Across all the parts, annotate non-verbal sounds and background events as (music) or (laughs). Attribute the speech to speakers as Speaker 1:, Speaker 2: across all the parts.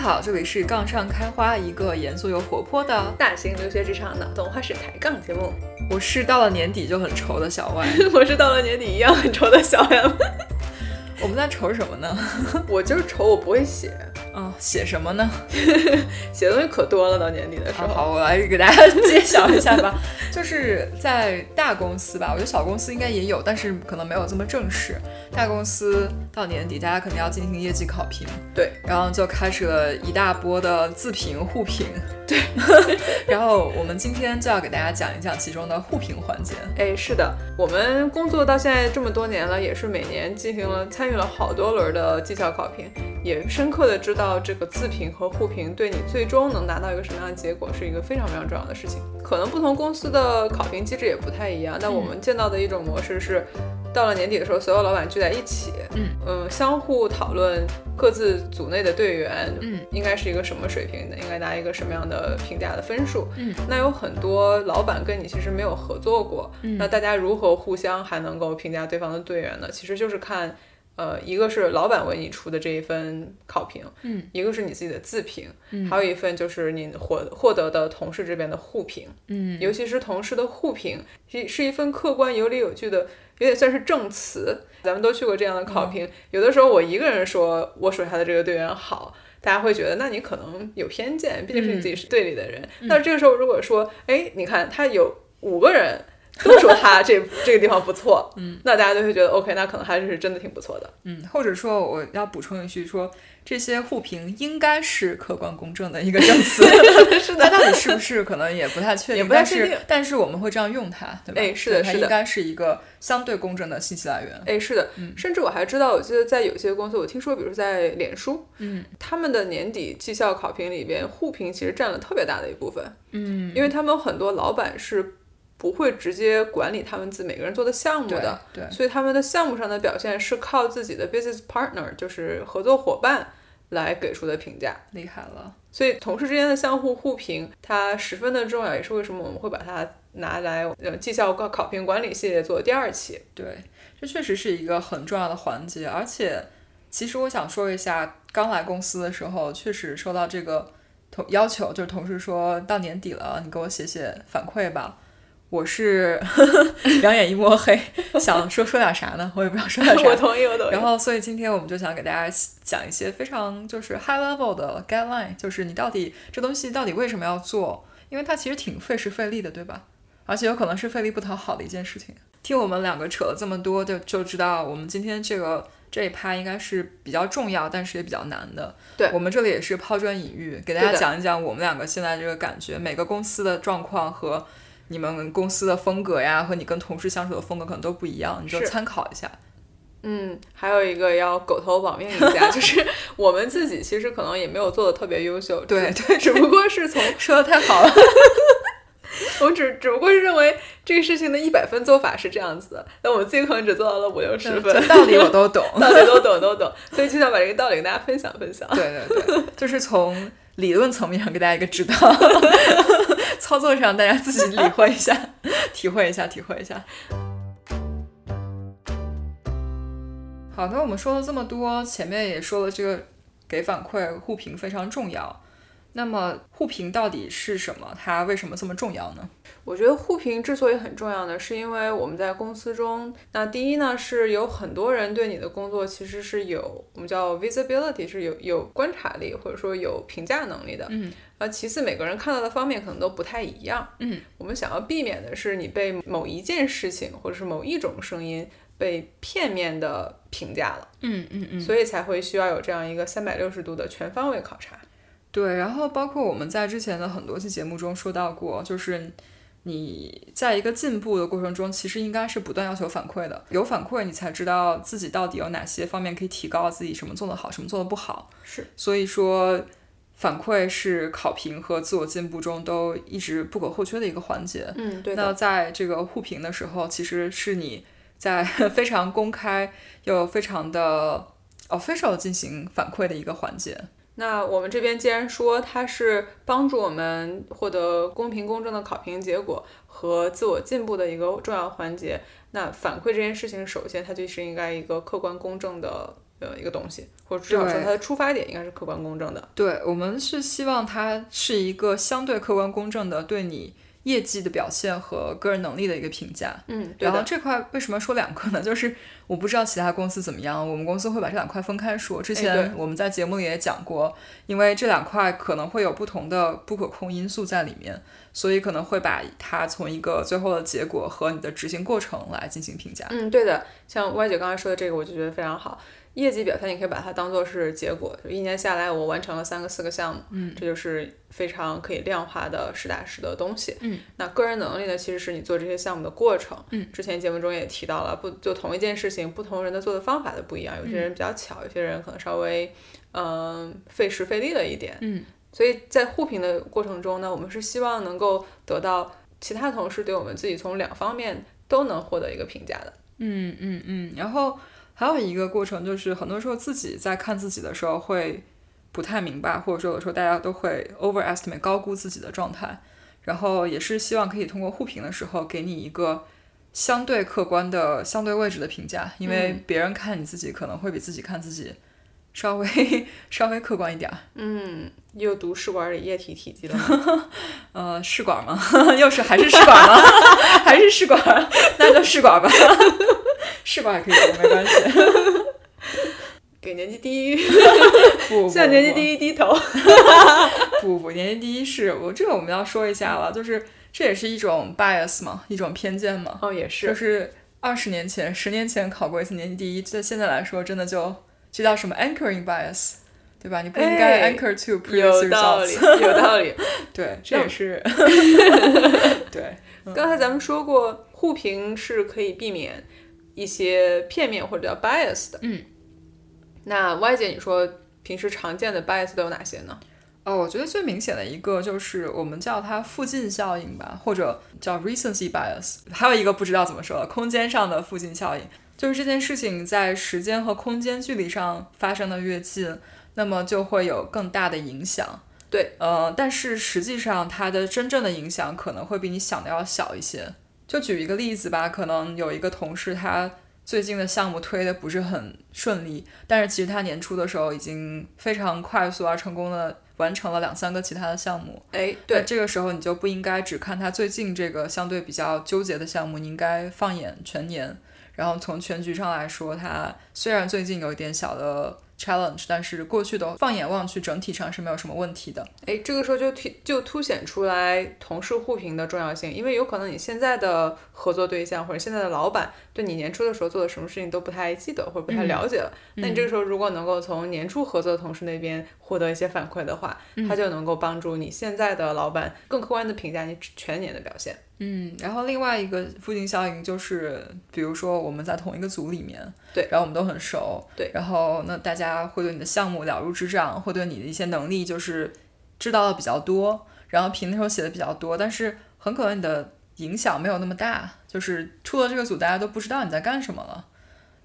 Speaker 1: 好，这里是《杠上开花》，一个严肃又活泼的。
Speaker 2: 大型留学职场脑洞花式抬杠节目， (laughs)
Speaker 1: 我是到了年底就很愁的小 (laughs) 外。
Speaker 2: 我是到了年底一样很愁的小 M，
Speaker 1: 我们在愁什么呢？
Speaker 2: (laughs) 我就是愁我不会写，
Speaker 1: 啊、写什么呢？
Speaker 2: 写的东西可多了，到年底的时
Speaker 1: 啊，
Speaker 2: 候。
Speaker 1: 好，我来给大家揭晓一下 (laughs) 吧。就是在大公司吧，我觉得小公司应该也有，但是可能没有这么正式。大公司到年底，大家肯定要进行业绩考评，
Speaker 2: 对，
Speaker 1: 然后就开始了一大波的自评、互评。对， (laughs) 然后我们今天就要给大家讲一讲其中的互评环节。
Speaker 2: 哎，是的，我们工作到现在这么多年了，也是每年进行了参与了好多轮的绩效考评，也深刻的知道这个自评和互评对你最终能达到一个什么样的结果是一个非常非常重要的事情。可能不同公司的考评机制也不太一样，但
Speaker 1: 嗯
Speaker 2: 我们见到的一种模式是，到了年底的时候，所有老板聚在一起，
Speaker 1: 嗯
Speaker 2: 呃相互讨论各自组内的队员，
Speaker 1: 嗯
Speaker 2: 应该是一个什么水平的，应该拿一个什么样的评价的分数。
Speaker 1: 嗯，
Speaker 2: 那有很多老板跟你其实没有合作过，
Speaker 1: 嗯
Speaker 2: 那大家如何互相还能够评价对方的队员呢？其实就是看，呃，一个是老板为你出的这一份考评，
Speaker 1: 嗯，
Speaker 2: 一个是你自己的自评，
Speaker 1: 嗯
Speaker 2: 还有一份就是你获获得的同事这边的互评，
Speaker 1: 嗯
Speaker 2: 尤其是同事的互评，是是一份客观、有理有据的，有点算是证词。咱们都去过这样的考评，有的时候我一个人说我手下的这个队员好，大家会觉得那你可能有偏见，毕竟是你自己是队里的人。但是这个时候如果说，哎，你看他有五个人。都说他这这个地方不错，嗯，那大家就会觉得 OK，那可能还是真的挺不错的。
Speaker 1: 嗯，或者说我要补充一句说，这些互评应该是客观公正的一个证
Speaker 2: (laughs)
Speaker 1: 词。 (laughs) 是的，到底是不是可能也不太确定，
Speaker 2: 也不太
Speaker 1: 但
Speaker 2: 确
Speaker 1: 是
Speaker 2: 定
Speaker 1: 但是我们会这样用它，对吧？
Speaker 2: 哎是的
Speaker 1: 对它
Speaker 2: 是的
Speaker 1: 应该是一个相对公正的嗯信息来源。
Speaker 2: 哎，是的，甚至我还知道，我记得在有些公司，我听说，比如在脸书，
Speaker 1: 嗯，
Speaker 2: 他们的年底绩效考评里边，互评其实占了特别大的一部分，
Speaker 1: 嗯，
Speaker 2: 因为他们很多老板是不会直接管理他们自每个人做的项目
Speaker 1: 对
Speaker 2: 的，
Speaker 1: 对，
Speaker 2: 所以他们的项目上的表现是靠自己的 business partner，就是合作伙伴来给出的评价。
Speaker 1: 厉害了。
Speaker 2: 所以同事之间的相互互评，它十分的重要，也是为什么我们会把它拿来呃绩效考考评管理系列做第二
Speaker 1: (laughs)
Speaker 2: 期。
Speaker 1: 对，这确实是一个很重要的环节，而且其实我想说一下，刚来公司的时候，确实收到这个同要求，就是同事说到年底了，你给我写写反馈吧。我是 (laughs) 两眼一抹黑，想说说点啥呢？我也不知道说点啥。
Speaker 2: (laughs) 我同意，我同意。
Speaker 1: 然后，所以今天我们就想给大家讲一些非常就是 high level 的 guideline，就是你到底这东西到底为什么要做？因为它其实挺费时费力的，对吧？而且有可能是费力不讨好的一件事情。听我们两个扯了这么多，就就知道我们今天这个这一趴应该是比较重要，但是也比较难的。
Speaker 2: 对
Speaker 1: 我们这里也是抛砖引玉，给大家
Speaker 2: 对的
Speaker 1: 讲一讲我们两个现在这个感觉，每个公司的状况和你们公司的风格呀，和你跟同事相处的风格可能都不一样，你就是参考一下。
Speaker 2: 嗯，还有一个要狗头保命一
Speaker 1: (laughs)
Speaker 2: 下，就是我们自己其实可能也没有做的特别优秀，
Speaker 1: 对
Speaker 2: 只，只不过
Speaker 1: (laughs)
Speaker 2: 是从
Speaker 1: 说的太好了。
Speaker 2: 我们只只不过是认为这个事情的一百分做法是这样子的，但我们自己可能只做到了五六十分，
Speaker 1: 嗯 (laughs) 这道理我都懂。
Speaker 2: (laughs) 道理都懂都懂，所以就想把这个道理跟大家分享分享。
Speaker 1: 对对对，就是从理论层面上给大家一个指导， (laughs) 操作上大家自己理会一下， (laughs) 体会一下，体会一下。好，那我们说了这么多，前面也说了这个给反馈互评非常重要。那么互评到底是什么？它为什么这么重要呢？
Speaker 2: 我觉得互评之所以很重要呢，是因为我们在公司中，那第一呢是有很多人对你的工作其实是有我们叫 visibility，是有有观察力或者说有评价能力的。
Speaker 1: 嗯。
Speaker 2: 呃，其次每个人看到的方面可能都不太一样。
Speaker 1: 嗯。
Speaker 2: 我们想要避免的是你被某一件事情或者是某一种声音被片面的评价了，
Speaker 1: 嗯嗯嗯
Speaker 2: 所以才会需要有这样一个三百六十度的全方位考察。
Speaker 1: 对，然后包括我们在之前的很多期节目中说到过，就是你在一个进步的过程中，其实应该是不断要求反馈的，有反馈你才知道自己到底有哪些方面可以提高，自己什么做得好，什么做得不好。
Speaker 2: 是。
Speaker 1: 所以说，反馈是考评和自我进步中都一直不可或缺的一个环节。
Speaker 2: 嗯，对
Speaker 1: 那
Speaker 2: 的。
Speaker 1: 在这个互评的时候，其实是你在 (laughs) 非常公开又非常哦的 official 进行反馈的一个环节。
Speaker 2: 那我们这边既然说它是帮助我们获得公平公正的考评结果和自我进步的一个重要环节，那反馈这件事情，首先它就是应该一个客观公正的。呃呃一个东西，或者至少说它的出发点应该是客观公正的。
Speaker 1: 对，我们是希望它是一个相对客观公正的对你业绩的表现和个人能力的一个评价。
Speaker 2: 嗯，对
Speaker 1: 然后
Speaker 2: 的，
Speaker 1: 这块为什么说两个呢？ (laughs) 就是我不知道其他公司怎么样，我们公司会把这两块分开说。之
Speaker 2: 哎对
Speaker 1: 前我们在节目里也讲过，因为这两块可能会有不同的不可控因素在里面，所以可能会把它从一个最后的结果和你的执行过程来进行评价。
Speaker 2: 嗯，对的。像歪姐刚才说的这个，我就觉得非常好。业绩表现，你可以把它当做是结果，就一年下来我完成了三个、四个项目，嗯，这就是非常可以量化的实打实的东西。
Speaker 1: 嗯，
Speaker 2: 那个人能力呢，其实是你做这些项目的过程。
Speaker 1: 嗯，
Speaker 2: 之前节目中也提到了，不就同一件事情，不同人的做的方法都不一样，有些人
Speaker 1: 嗯
Speaker 2: 比较巧，有些人可能稍微嗯、费时费力了一点。
Speaker 1: 嗯，
Speaker 2: 所以在互评的过程中呢，我们是希望能够得到其他同事对我们自己从两方面都能获得一个评价的。
Speaker 1: 嗯嗯嗯，然后还有一个过程就是，很多时候自己在看自己的时候会不太明白，或者说有时候大家都会 overestimate 高估自己的状态，然后也是希望可以通过互评的时候给你一个相对客观的、相对位置的评价，因为别人看你自己可能会比自己看自己稍微稍微客观一点儿。
Speaker 2: 嗯，又读试管里液体体积了吗？
Speaker 1: 呃，试管吗？ (laughs) 又是还是试管吗？ (laughs) 还是试管？ (laughs) 那就试管吧，试管也可以读，没关系。
Speaker 2: 给年级低，
Speaker 1: 不，
Speaker 2: 向年级
Speaker 1: 一。
Speaker 2: 第一低头。
Speaker 1: 不不，年级第一是我这个我们要说一下了，就是这也是一种 bias 嘛，一种偏见嘛，
Speaker 2: 哦，也，
Speaker 1: 就是是二十年前、十年前考过一次年级第一，在现在来说，真的就这叫什么 anchoring bias，对吧？你不应该
Speaker 2: 哎
Speaker 1: anchor to
Speaker 2: 有
Speaker 1: previous
Speaker 2: 道理，
Speaker 1: results， (laughs)
Speaker 2: 有道理。
Speaker 1: 对，这也是对，
Speaker 2: 刚才咱们说过，互评是可以避免一些片面或者叫 bias 的。
Speaker 1: 嗯，
Speaker 2: 那 Y 姐，你说平时常见的 bias 都有哪些呢？
Speaker 1: 哦，我觉得最明显的一个就是我们叫它附近效应吧，或者叫 recency bias，还有一个不知道怎么说了，空间上的附近效应，就是这件事情在时间和空间距离上发生的越近，那么就会有更大的影响。
Speaker 2: 对，
Speaker 1: 呃，但是实际上它的真正的影响可能会比你想的要小一些。就举一个例子吧，可能有一个同事他最近的项目推的不是很顺利，但是其实他年初的时候已经非常快速而成功的完成了两三个其他的项目。
Speaker 2: 哎，
Speaker 1: 对，
Speaker 2: 对，
Speaker 1: 这个时候你就不应该只看他最近这个相对比较纠结的项目，你应该放眼全年。然后从全局上来说，他虽然最近有一点小的 challenge，但是过去的放眼望去，整体上是没有什么问题的。
Speaker 2: 哎，这个时候就提就凸显出来同事互评的重要性，因为有可能你现在的合作对象或者现在的老板对你年初的时候做的什么事情都不太记得或者不太了解了，那你这个时候如果能够从年初合作的同事那边获得一些反馈的话，他就能够帮助你现在的老板更客观的评价你全年的表现。
Speaker 1: 嗯，然后另外一个附近效应就是，比如说我们在同一个组里面，
Speaker 2: 对
Speaker 1: 然后我们都很熟，
Speaker 2: 对
Speaker 1: 然后那大家会对你的项目了如指掌，会对你的一些能力就是知道的比较多，然后评的时候写的比较多，但是很可能你的影响没有那么大，就是出了这个组，大家都不知道你在干什么了，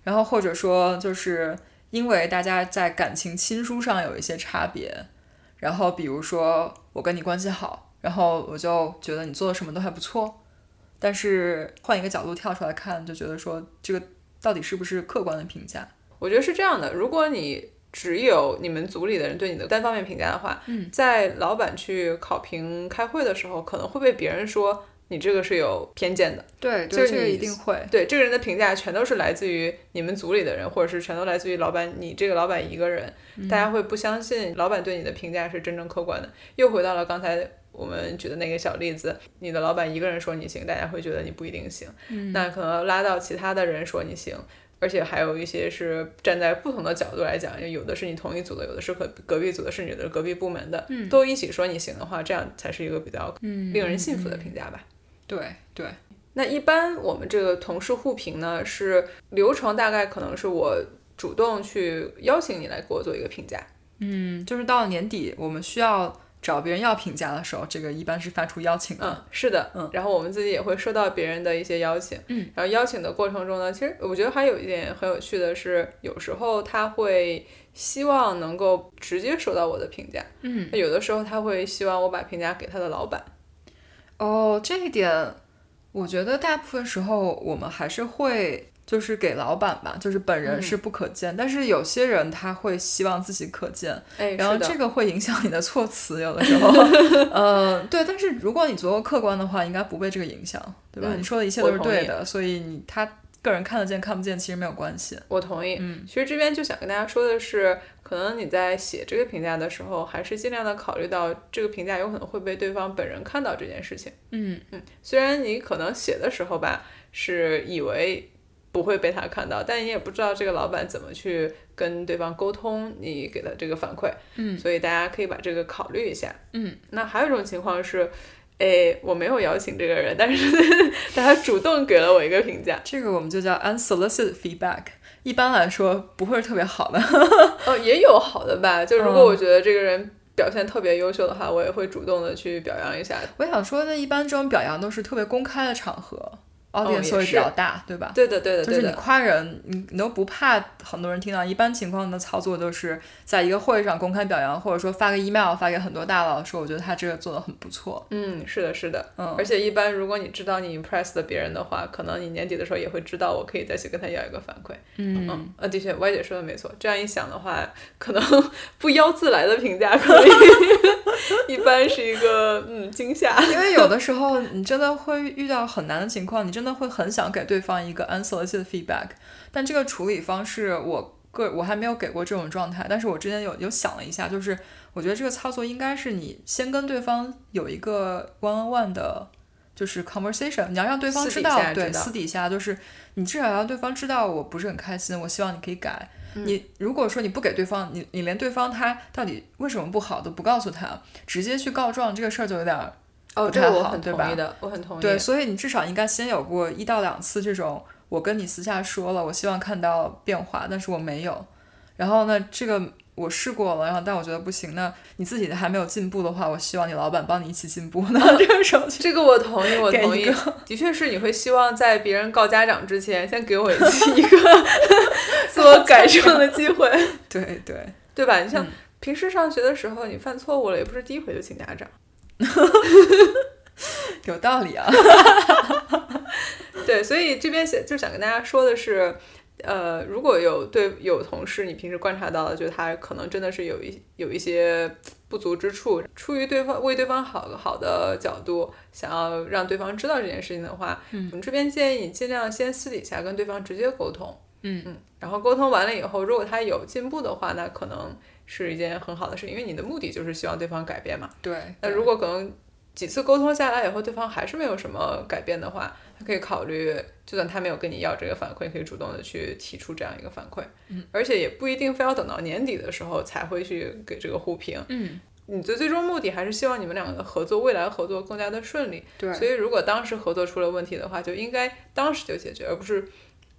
Speaker 1: 然后或者说就是因为大家在感情亲疏上有一些差别，然后比如说我跟你关系好，然后我就觉得你做的什么都还不错，但是换一个角度跳出来看，就觉得说这个到底是不是客观的评价？
Speaker 2: 我觉得是这样的，如果你只有你们组里的人对你的单方面评价的话，嗯，在老板去考评开会的时候，可能会被别人说你这个是有偏见的。
Speaker 1: 对，
Speaker 2: 对
Speaker 1: 这
Speaker 2: 这
Speaker 1: 个
Speaker 2: 个
Speaker 1: 一
Speaker 2: 一
Speaker 1: 定
Speaker 2: 定
Speaker 1: 会。
Speaker 2: 对这个人的评价全都是来自于你们组里的人，或者是全都来自于老板你这个老板一个人，大家会不相信老板对你的评价是真正客观的。又回到了刚才我们举的那个小例子，你的老板一个人说你行，大家会觉得你不一定行，那可能拉到其他的人说你行。而且还有一些是站在不同的角度来讲，有的是你同一组的，有的是隔隔壁组的，甚至有的是隔壁部门的，都一起说你行的话，这样才是一个比较令人信服的评价吧。
Speaker 1: 对对，
Speaker 2: 那一般我们这个同事互评呢，是流程大概可能是我主动去邀请你来给我做一个评价。
Speaker 1: 嗯，就是到了年底，我们需要找别人要评价的时候，这个一般是发出邀请的。
Speaker 2: 嗯，是的，
Speaker 1: 嗯。
Speaker 2: 然后我们自己也会收到别人的一些邀请，
Speaker 1: 嗯。
Speaker 2: 然后邀请的过程中呢，其实我觉得还有一点很有趣的是，有时候他会希望能够直接收到我的评价，
Speaker 1: 嗯，
Speaker 2: 那有的时候他会希望我把评价给他的老板。
Speaker 1: 哦，这一点，我觉得大部分时候我们还是会。就是给老板吧，就是本人
Speaker 2: 嗯
Speaker 1: 是不可见，但是有些人他会希望自己可见，
Speaker 2: 哎，
Speaker 1: 然后
Speaker 2: 是的
Speaker 1: 这个会影响你的措辞，有的时 (laughs) 候，呃，对，但是如果你足够客观的话，应该不被这个影响，对吧？
Speaker 2: 嗯
Speaker 1: 你说的一切都是对的，所以你他个人看得见看不见其实没有关系，
Speaker 2: 我同意。
Speaker 1: 嗯，
Speaker 2: 其实这边就想跟大家说的是，可能你在写这个评价的时候，还是尽量的考虑到这个评价有可能会被对方本人看到这件事情。
Speaker 1: 嗯
Speaker 2: 虽然你可能写的时候吧，是以为不会被他看到，但你也不知道这个老板怎么去跟对方沟通你给的这个反馈。
Speaker 1: 嗯，
Speaker 2: 所以大家可以把这个考虑一下。
Speaker 1: 嗯，
Speaker 2: 那还有一种情况是。哎，我没有邀请这个人，但是 (laughs) 但他主动给了我一个评价。
Speaker 1: 这个我们就叫 unsolicited feedback，一般来说不会是特别好的，
Speaker 2: 哦，也有好的吧。就如果
Speaker 1: 嗯
Speaker 2: 我觉得这个人表现特别优秀的话，我也会主动的去表扬一下。
Speaker 1: (laughs) 我想说的，一般这种表扬都是特别公开的场合
Speaker 2: 也
Speaker 1: ，audience
Speaker 2: 是
Speaker 1: 会比较大，哦对吧？
Speaker 2: 对的，对的，
Speaker 1: 就
Speaker 2: 对
Speaker 1: 是你
Speaker 2: 的。
Speaker 1: 夸人，你你都不怕很多人听到。一般情况的操作都是在一个会上公开表扬，或者说发个 email 发给很多大佬说，我觉得他这个做的很不错。
Speaker 2: 嗯，是的，是的。
Speaker 1: 嗯
Speaker 2: 而且一般，如果你知道你 impress 了别人的话，可能你年底的时候也会知道，我可以再去跟他要一个反馈。
Speaker 1: 嗯，
Speaker 2: 嗯，啊，的确，Y 姐说的没错。这样一想的话，可能 (laughs) 不邀自来的评价，可以 (laughs) 一般是一个嗯惊吓。
Speaker 1: (laughs) 因为有的时候你真的会遇到很难的情况，你真的会很想给对方一个 unsolicited feedback，但这个处理方式我。个我还没有给过这种状态，但是我之前有有想了一下，就是我觉得这个操作应该是你先跟对方有一个 one on one 的，就是 conversation，你要让对方
Speaker 2: 私
Speaker 1: 知
Speaker 2: 底
Speaker 1: 道，
Speaker 2: 下
Speaker 1: 对，
Speaker 2: 知道
Speaker 1: 私底下就是你至少要让对方知道我不是很开心，我希望你可以改。
Speaker 2: 嗯
Speaker 1: 你如果说你不给对方，你你连对方他到底为什么不好都不告诉他，直接去告状，这个事儿就有点儿
Speaker 2: 哦，
Speaker 1: 不
Speaker 2: 这
Speaker 1: 太
Speaker 2: 个我
Speaker 1: 好
Speaker 2: 很
Speaker 1: 对
Speaker 2: 同
Speaker 1: 吧
Speaker 2: 意的，我很同意。
Speaker 1: 对，所以你至少应该先有过一到两次这种，我跟你私下说了，我希望看到变化，但是我没有。然后呢，这个我试过了，然后但我觉得不行。那你自己还没有进步的话，我希望你老板帮你一起进步。那 (laughs) 这个时候去，
Speaker 2: (laughs) 这个我同意，我
Speaker 1: 给
Speaker 2: 同
Speaker 1: 一
Speaker 2: 意
Speaker 1: 个，
Speaker 2: 的确是你会希望在别人告家长之前，先给我一次一
Speaker 1: (laughs)
Speaker 2: 个自我改正的机会，
Speaker 1: 对对，
Speaker 2: 对吧？你像
Speaker 1: 嗯
Speaker 2: 平时上学的时候，你犯错误了，也不是第一回就请家长，
Speaker 1: 有道理啊。
Speaker 2: 对，所以这边写就想跟大家说的是。呃，如果有对有同事，你平时观察到的，就是他可能真的是有一有一些不足之处，出于对方为对方好好的角度，想要让对方知道这件事情的话，嗯、我们这边建议你尽量先私底下跟对方直接沟通，
Speaker 1: 嗯，
Speaker 2: 嗯，然后沟通完了以后，如果他有进步的话，那可能是一件很好的事，因为你的目的就是希望对方改变嘛。
Speaker 1: 对。
Speaker 2: 那如果可能几次沟通下来以后，对方还是没有什么改变的话，他可以考虑，就算他没有跟你要这个反馈，可以主动的去提出这样一个反馈，嗯，而且也不一定非要等到年底的时候才会去给这个互评，
Speaker 1: 嗯，
Speaker 2: 你的最终目的还是希望你们两个合作未来合作更加的顺利，
Speaker 1: 对
Speaker 2: 所以如果当时合作出了问题的话，就应该当时就解决，而不是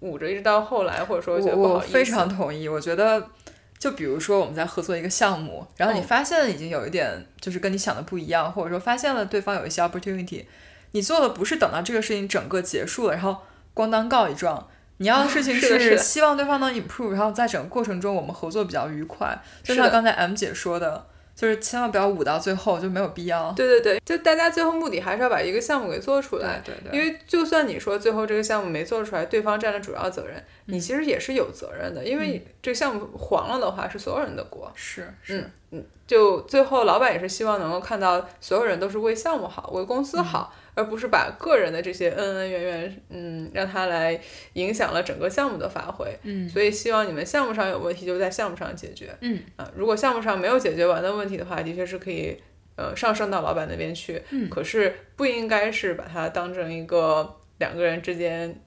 Speaker 2: 捂着一直到后来，或者说觉得不
Speaker 1: 我我
Speaker 2: 好意思。
Speaker 1: 非常同意，我觉得。就比如说我们在合作一个项目，然后你
Speaker 2: 嗯
Speaker 1: 发现已经有一点就是跟你想的不一样，或者说发现了对方有一些 opportunity，你做的不是等到这个事情整个结束了，然后咣当告一状，你要的事情
Speaker 2: (laughs) 是的是的
Speaker 1: 希望对方能 improve，然后在整个过程中我们合作比较愉快。就是像
Speaker 2: 的
Speaker 1: 刚才 M 姐说的，就是千万不要捂到最后，就没有必要。
Speaker 2: 对对对，就大家最后目的还是要把一个项目给做出来。
Speaker 1: 对对
Speaker 2: 因为就算你说最后这个项目没做出来，对方占了主要责任，你其实也是有责任的，因为这个项目黄了的话是所有人的锅。
Speaker 1: 是是，
Speaker 2: 就最后老板也是希望能够看到所有人都是为项目好，为公司
Speaker 1: 嗯
Speaker 2: 好，而不是把个人的这些恩恩怨怨，嗯，让他来影响了整个项目的发挥。
Speaker 1: 嗯
Speaker 2: 所以希望你们项目上有问题就在项目上解决。
Speaker 1: 嗯
Speaker 2: 啊，如果项目上没有解决完的问题的话，的确是可以呃上升到老板那边去。
Speaker 1: 嗯
Speaker 2: 可是不应该是把它当成一个两个人之间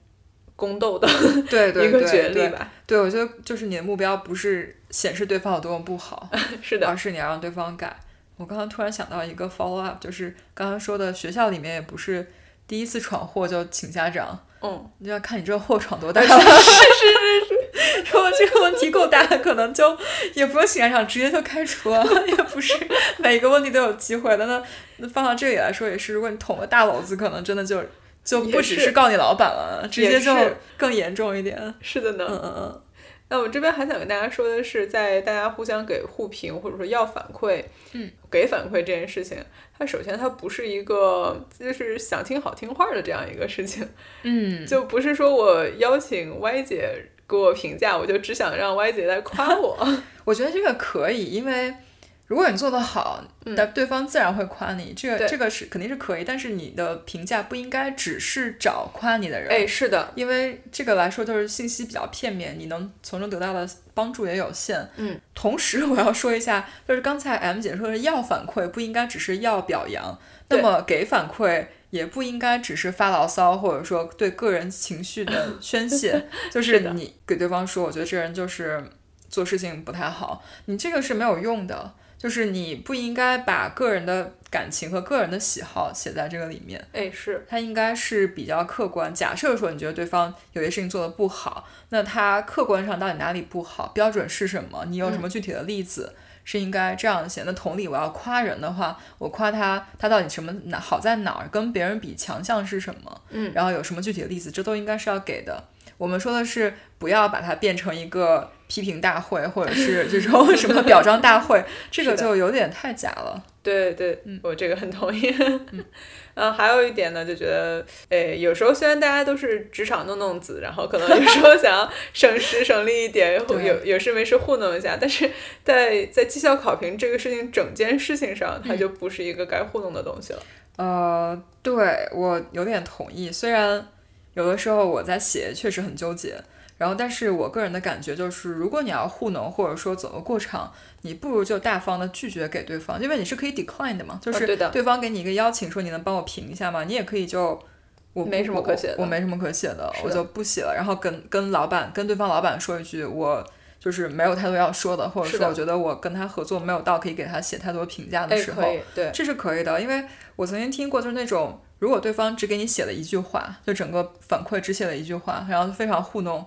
Speaker 2: 宫斗的
Speaker 1: 对对
Speaker 2: (laughs) 一
Speaker 1: 对
Speaker 2: 个角
Speaker 1: 对
Speaker 2: 力吧？
Speaker 1: 对，我觉得就是你的目标不是显示对方有多么不好，
Speaker 2: 是的，
Speaker 1: 而是你要让对方改。我刚刚突然想到一个 follow up，就是刚刚说的学校里面也不是第一次闯祸就请家长，
Speaker 2: 嗯，
Speaker 1: 你就要看你这祸闯多
Speaker 2: (laughs)
Speaker 1: 大。是是是， (laughs) 如果这个问题够大，可能就也不用请家长，直接就开除了， (laughs) 也不是每个问题都有机会的。那那放到这里来说也是，如果你捅了大篓子，可能真的就就不
Speaker 2: 也
Speaker 1: 只
Speaker 2: 是
Speaker 1: 是告你老板了，直
Speaker 2: 也
Speaker 1: 接就是更严重一点。
Speaker 2: 是的呢。
Speaker 1: 嗯嗯嗯，
Speaker 2: 那我们这边还想跟大家说的是，在大家互相给互评或者说要反馈，
Speaker 1: 嗯，
Speaker 2: 给反馈这件事情，它首先它不是一个就是想听好听话的这样一个事情，
Speaker 1: 嗯，
Speaker 2: 就不是说我邀请 Y 姐给我评价，我就只想让 Y 姐来夸我。
Speaker 1: 我觉得这个可以，因为如果你做得好，那、对方自然会夸你。这个
Speaker 2: 嗯对
Speaker 1: 这个是肯定是可以，但是你的评价不应该只 (laughs) 是找夸你的人，
Speaker 2: 哎，是的，
Speaker 1: 因为这个来说就是信息比较片面，你能从中得到的帮助也有限。
Speaker 2: 嗯，
Speaker 1: 同时我要说一下，就是刚才 M 姐说的要反馈，不应该只是要表扬，那
Speaker 2: 对
Speaker 1: 么给反馈。也不应该只是发牢骚，或者说对个人情绪的宣泄，
Speaker 2: (laughs)
Speaker 1: 就是是
Speaker 2: 的
Speaker 1: 你给对方说，我觉得这人就是做事情不太好，你这个是没有用的，就是你不应该把个人的感情和个人的喜好写在这个里面。
Speaker 2: 哎，是，
Speaker 1: 他应该是比较客观。假设说你觉得对方有些事情做得不好，那他客观上到底哪里不好，标准是什么？你有
Speaker 2: 嗯
Speaker 1: 什么具体的例子？是应该这样写。那同理，我要夸人的话，我夸他，他到底什么哪好在哪儿，跟别人比强项是什么？
Speaker 2: 嗯，
Speaker 1: 然后有什么具体的例子，这都应该是要给的。我们说的是不要把它变成一个批评大会，或者是这种 (laughs) 什么表彰大会，这个
Speaker 2: 是的
Speaker 1: 就有点太假了。
Speaker 2: 对对，我这个很同意。 (laughs) 嗯，还有一点呢，就觉得，诶，有时候虽然大家都是职场弄弄子，然后可能有时候想要省时省力
Speaker 1: (laughs)
Speaker 2: 一点，或
Speaker 1: 对
Speaker 2: 有有事没事糊弄一下，但是在在绩效考评这个事情整件事情上，它
Speaker 1: 嗯
Speaker 2: 就不是一个该糊弄的东西了。
Speaker 1: 呃，对我有点同意。虽然有的时候我在写确实很纠结，然后但是我个人的感觉就是，如果你要糊弄或者说走个过场，你不如就大方的拒绝给对方，因为你是可以 decline 的嘛，就
Speaker 2: 啊
Speaker 1: 是
Speaker 2: 对的
Speaker 1: 对方给你一个邀请，说你能帮我评一下吗？你也可以就。我不
Speaker 2: 没什么可写的
Speaker 1: 我，我没什么可写的，
Speaker 2: 是
Speaker 1: 我
Speaker 2: 的
Speaker 1: 就不写了。然后跟跟老板、跟对方老板说一句，我就是没有太多要说的，或者
Speaker 2: 是
Speaker 1: 说
Speaker 2: 的
Speaker 1: 我觉得我跟他合作没有到可以给他写太多评价的
Speaker 2: 哎，
Speaker 1: 时候，
Speaker 2: 可以，对，
Speaker 1: 嗯这是可以的，因为我曾经听过，就是那种如果对方只给你写了一句话，就整个反馈只写了一句话，然后非常糊弄，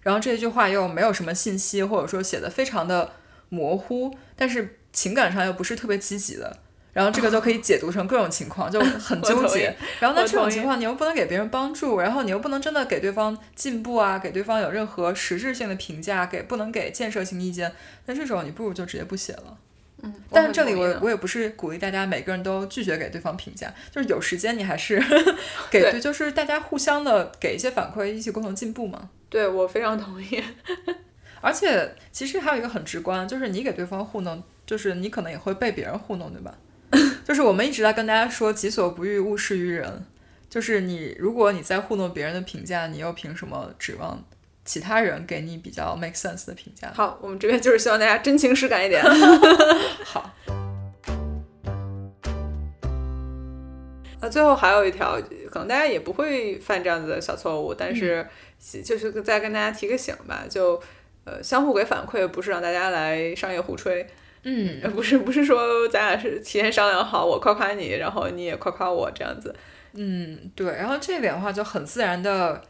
Speaker 1: 然后这一句话又没有什么信息，或者说写的非常的模糊，但是情感上又不是特别积极的。然后这个就可以解读成各种情况，就很
Speaker 2: 我同
Speaker 1: 纠
Speaker 2: 意
Speaker 1: 结。然后呢，
Speaker 2: 我
Speaker 1: 这种
Speaker 2: 同意
Speaker 1: 情况你又不能给别人帮助，然后你又不能真的给对方进步啊，给对方有任何实质性的评价，给不能给建设性意见。那这种你不如就直接不写了。
Speaker 2: 嗯，
Speaker 1: 但是
Speaker 2: 很
Speaker 1: 这里
Speaker 2: 同意
Speaker 1: 我
Speaker 2: 呢
Speaker 1: 我也不是鼓励大家每个人都拒绝给对方评价，就是有时间你还是给
Speaker 2: 对
Speaker 1: 对，就是大家互相的给一些反馈，一起共同进步嘛。
Speaker 2: 对我非常同意， (laughs)
Speaker 1: 而且其实还有一个很直观，就是你给对方糊弄，就是你可能也会被别人糊弄，对吧？ (laughs) 就是我们一直在跟大家说“己所不欲，勿施于人”，就是你如果你在糊弄别人的评价，你又凭什么指望其他人给你比较 make sense 的评价？
Speaker 2: 好，我们这边就是希望大家真情实感一点。
Speaker 1: 好，
Speaker 2: 那最后还有一条，可能大家也不会犯这样子的小错误，但
Speaker 1: 嗯
Speaker 2: 是就是再跟大家提个醒吧，就呃相互给反馈，不是让大家来商业互吹，
Speaker 1: 嗯，
Speaker 2: 呃不是不是说咱俩是提前商量好，我夸夸你，然后你也夸夸我这样子。
Speaker 1: 嗯，对，然后这点的话就很自然的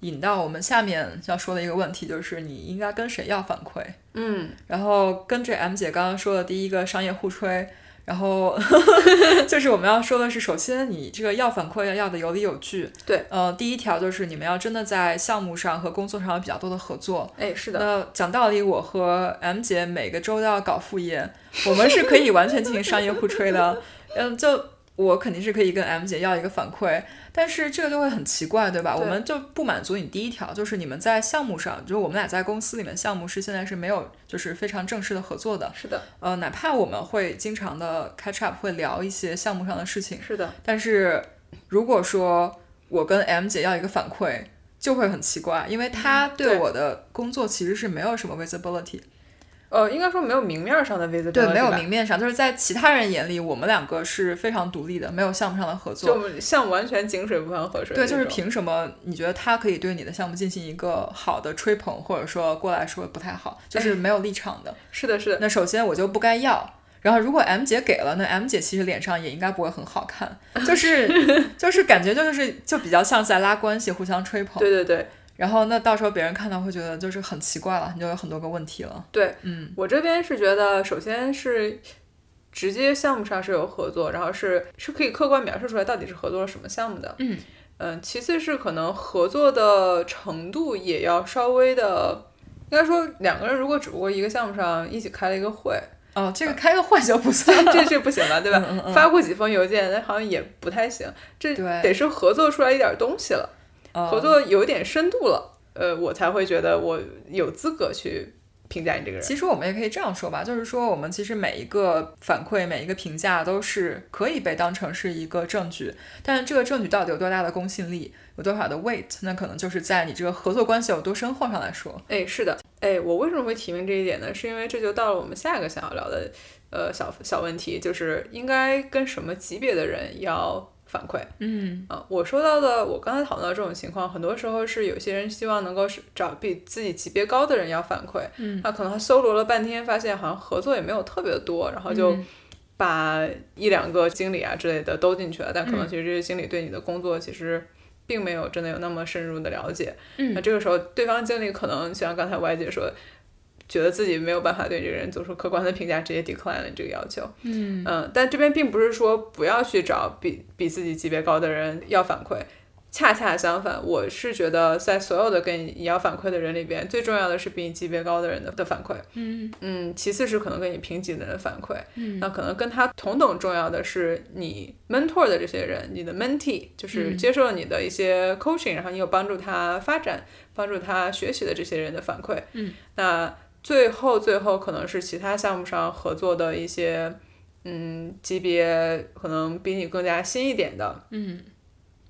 Speaker 1: 引到我们下面要说的一个问题，就是你应该跟谁要反馈。
Speaker 2: 嗯，
Speaker 1: 然后跟着 M 姐刚刚说的第一个商业互吹，然后 (laughs) 就是我们要说的是，首先你这个要反馈要要的有理有据。
Speaker 2: 对，
Speaker 1: 呃，第一条就是你们要真的在项目上和工作上有比较多的合作。
Speaker 2: 哎，是的，
Speaker 1: 那讲道理，我和 M 姐每个周都要搞副业，我们是可以完全进行商业互吹的。嗯，就我肯定是可以跟 M 姐要一个反馈，但是这个就会很奇怪，对吧？
Speaker 2: 对
Speaker 1: 我们就不满足你第一条，就是你们在项目上，就是我们俩在公司里面项目是现在是没有就是非常正式的合作的。
Speaker 2: 是的，
Speaker 1: 呃，哪怕我们会经常的 catch up，会聊一些项目上的事情，
Speaker 2: 是的，
Speaker 1: 但是如果说我跟 M 姐要一个反馈，就会很奇怪，因为她对
Speaker 2: 对
Speaker 1: 我的工作其实是没有什么 visibility，
Speaker 2: 呃，应该说没有明面上的 visibility，
Speaker 1: 对，没有
Speaker 2: 吧
Speaker 1: 明面上，就是在其他人眼里，我们两个是非常独立的，没有项目上的合作。
Speaker 2: 就像完全井水不犯河水那
Speaker 1: 对，就
Speaker 2: 种。
Speaker 1: 是凭什么你觉得他可以对你的项目进行一个好的吹捧，或者说过来说不太好，就是没有立场的。
Speaker 2: 是的，是的，
Speaker 1: 那首先我就不该要。然后，如果 M 姐给了，那 M 姐其实脸上也应该不会很好
Speaker 2: (laughs)
Speaker 1: 看，就是就是感觉就是就比较像在拉关系，互相吹捧。
Speaker 2: 对对对。
Speaker 1: 然后那到时候别人看到会觉得就是很奇怪了，你就有很多个问题了。
Speaker 2: 对，
Speaker 1: 嗯，
Speaker 2: 我这边是觉得，首先是直接项目上是有合作，然后是是可以客观描述出来到底是合作了什么项目的。
Speaker 1: 嗯
Speaker 2: 嗯，其次是可能合作的程度也要稍微的应该说两个人如果只不过一个项目上一起开了一个会， (laughs)
Speaker 1: 哦，这个开个会就不算
Speaker 2: 这这不行吧，对吧？
Speaker 1: 嗯
Speaker 2: 发过几封邮件，那好像也不太行，这
Speaker 1: 对
Speaker 2: 得是合作出来一点东西了，合
Speaker 1: 哦。
Speaker 2: 作有点深度了，呃，我才会觉得我有资格去评价你这个人。
Speaker 1: 其实我们也可以这样说吧，就是说我们其实每一个反馈、每一个评价都是可以被当成是一个证据，但是这个证据到底有多大的公信力，有多少的 weight，那可能就是在你这个合作关系有多深厚上来说。
Speaker 2: 哎，是的，哎，我为什么会提名这一点呢？是因为这就到了我们下一个想要聊的呃小小问题，就是应该跟什么级别的人要反馈。
Speaker 1: 嗯，
Speaker 2: 啊，我说到的，我刚才讨论到这种情况，很多时候是有些人希望能够是找比自己级别高的人要反馈，
Speaker 1: 嗯，
Speaker 2: 那可能他搜罗了半天，发现好像合作也没有特别多，然后就
Speaker 1: 嗯
Speaker 2: 把一两个经理啊之类的都进去了，但可
Speaker 1: 嗯
Speaker 2: 能其实这些经理对你的工作其实并没有真的有那么深入的了解，
Speaker 1: 嗯
Speaker 2: 那这个时候对方经理可能像刚才 Y 姐说。觉得自己没有办法对这个人做出客观的评价，直接 decline 了你这个要求。
Speaker 1: 嗯
Speaker 2: 嗯，但这边并不是说不要去找比比自己级别高的人要反馈，恰恰相反，我是觉得在所有的跟你要反馈的人里边，最重要的是比你级别高的人的的反馈，
Speaker 1: 嗯
Speaker 2: 嗯，其次是可能跟你平级的人的反馈，嗯，那可能跟他同等重要的是你 mentor 的这些人，你的 mentee 就是
Speaker 1: 嗯
Speaker 2: 接受你的一些 coaching，、然后你有帮助他发展、帮助他学习的这些人的反馈，嗯，那最后最后可能是其他项目上合作的一些。嗯，级别可能比你更加新一点的，嗯，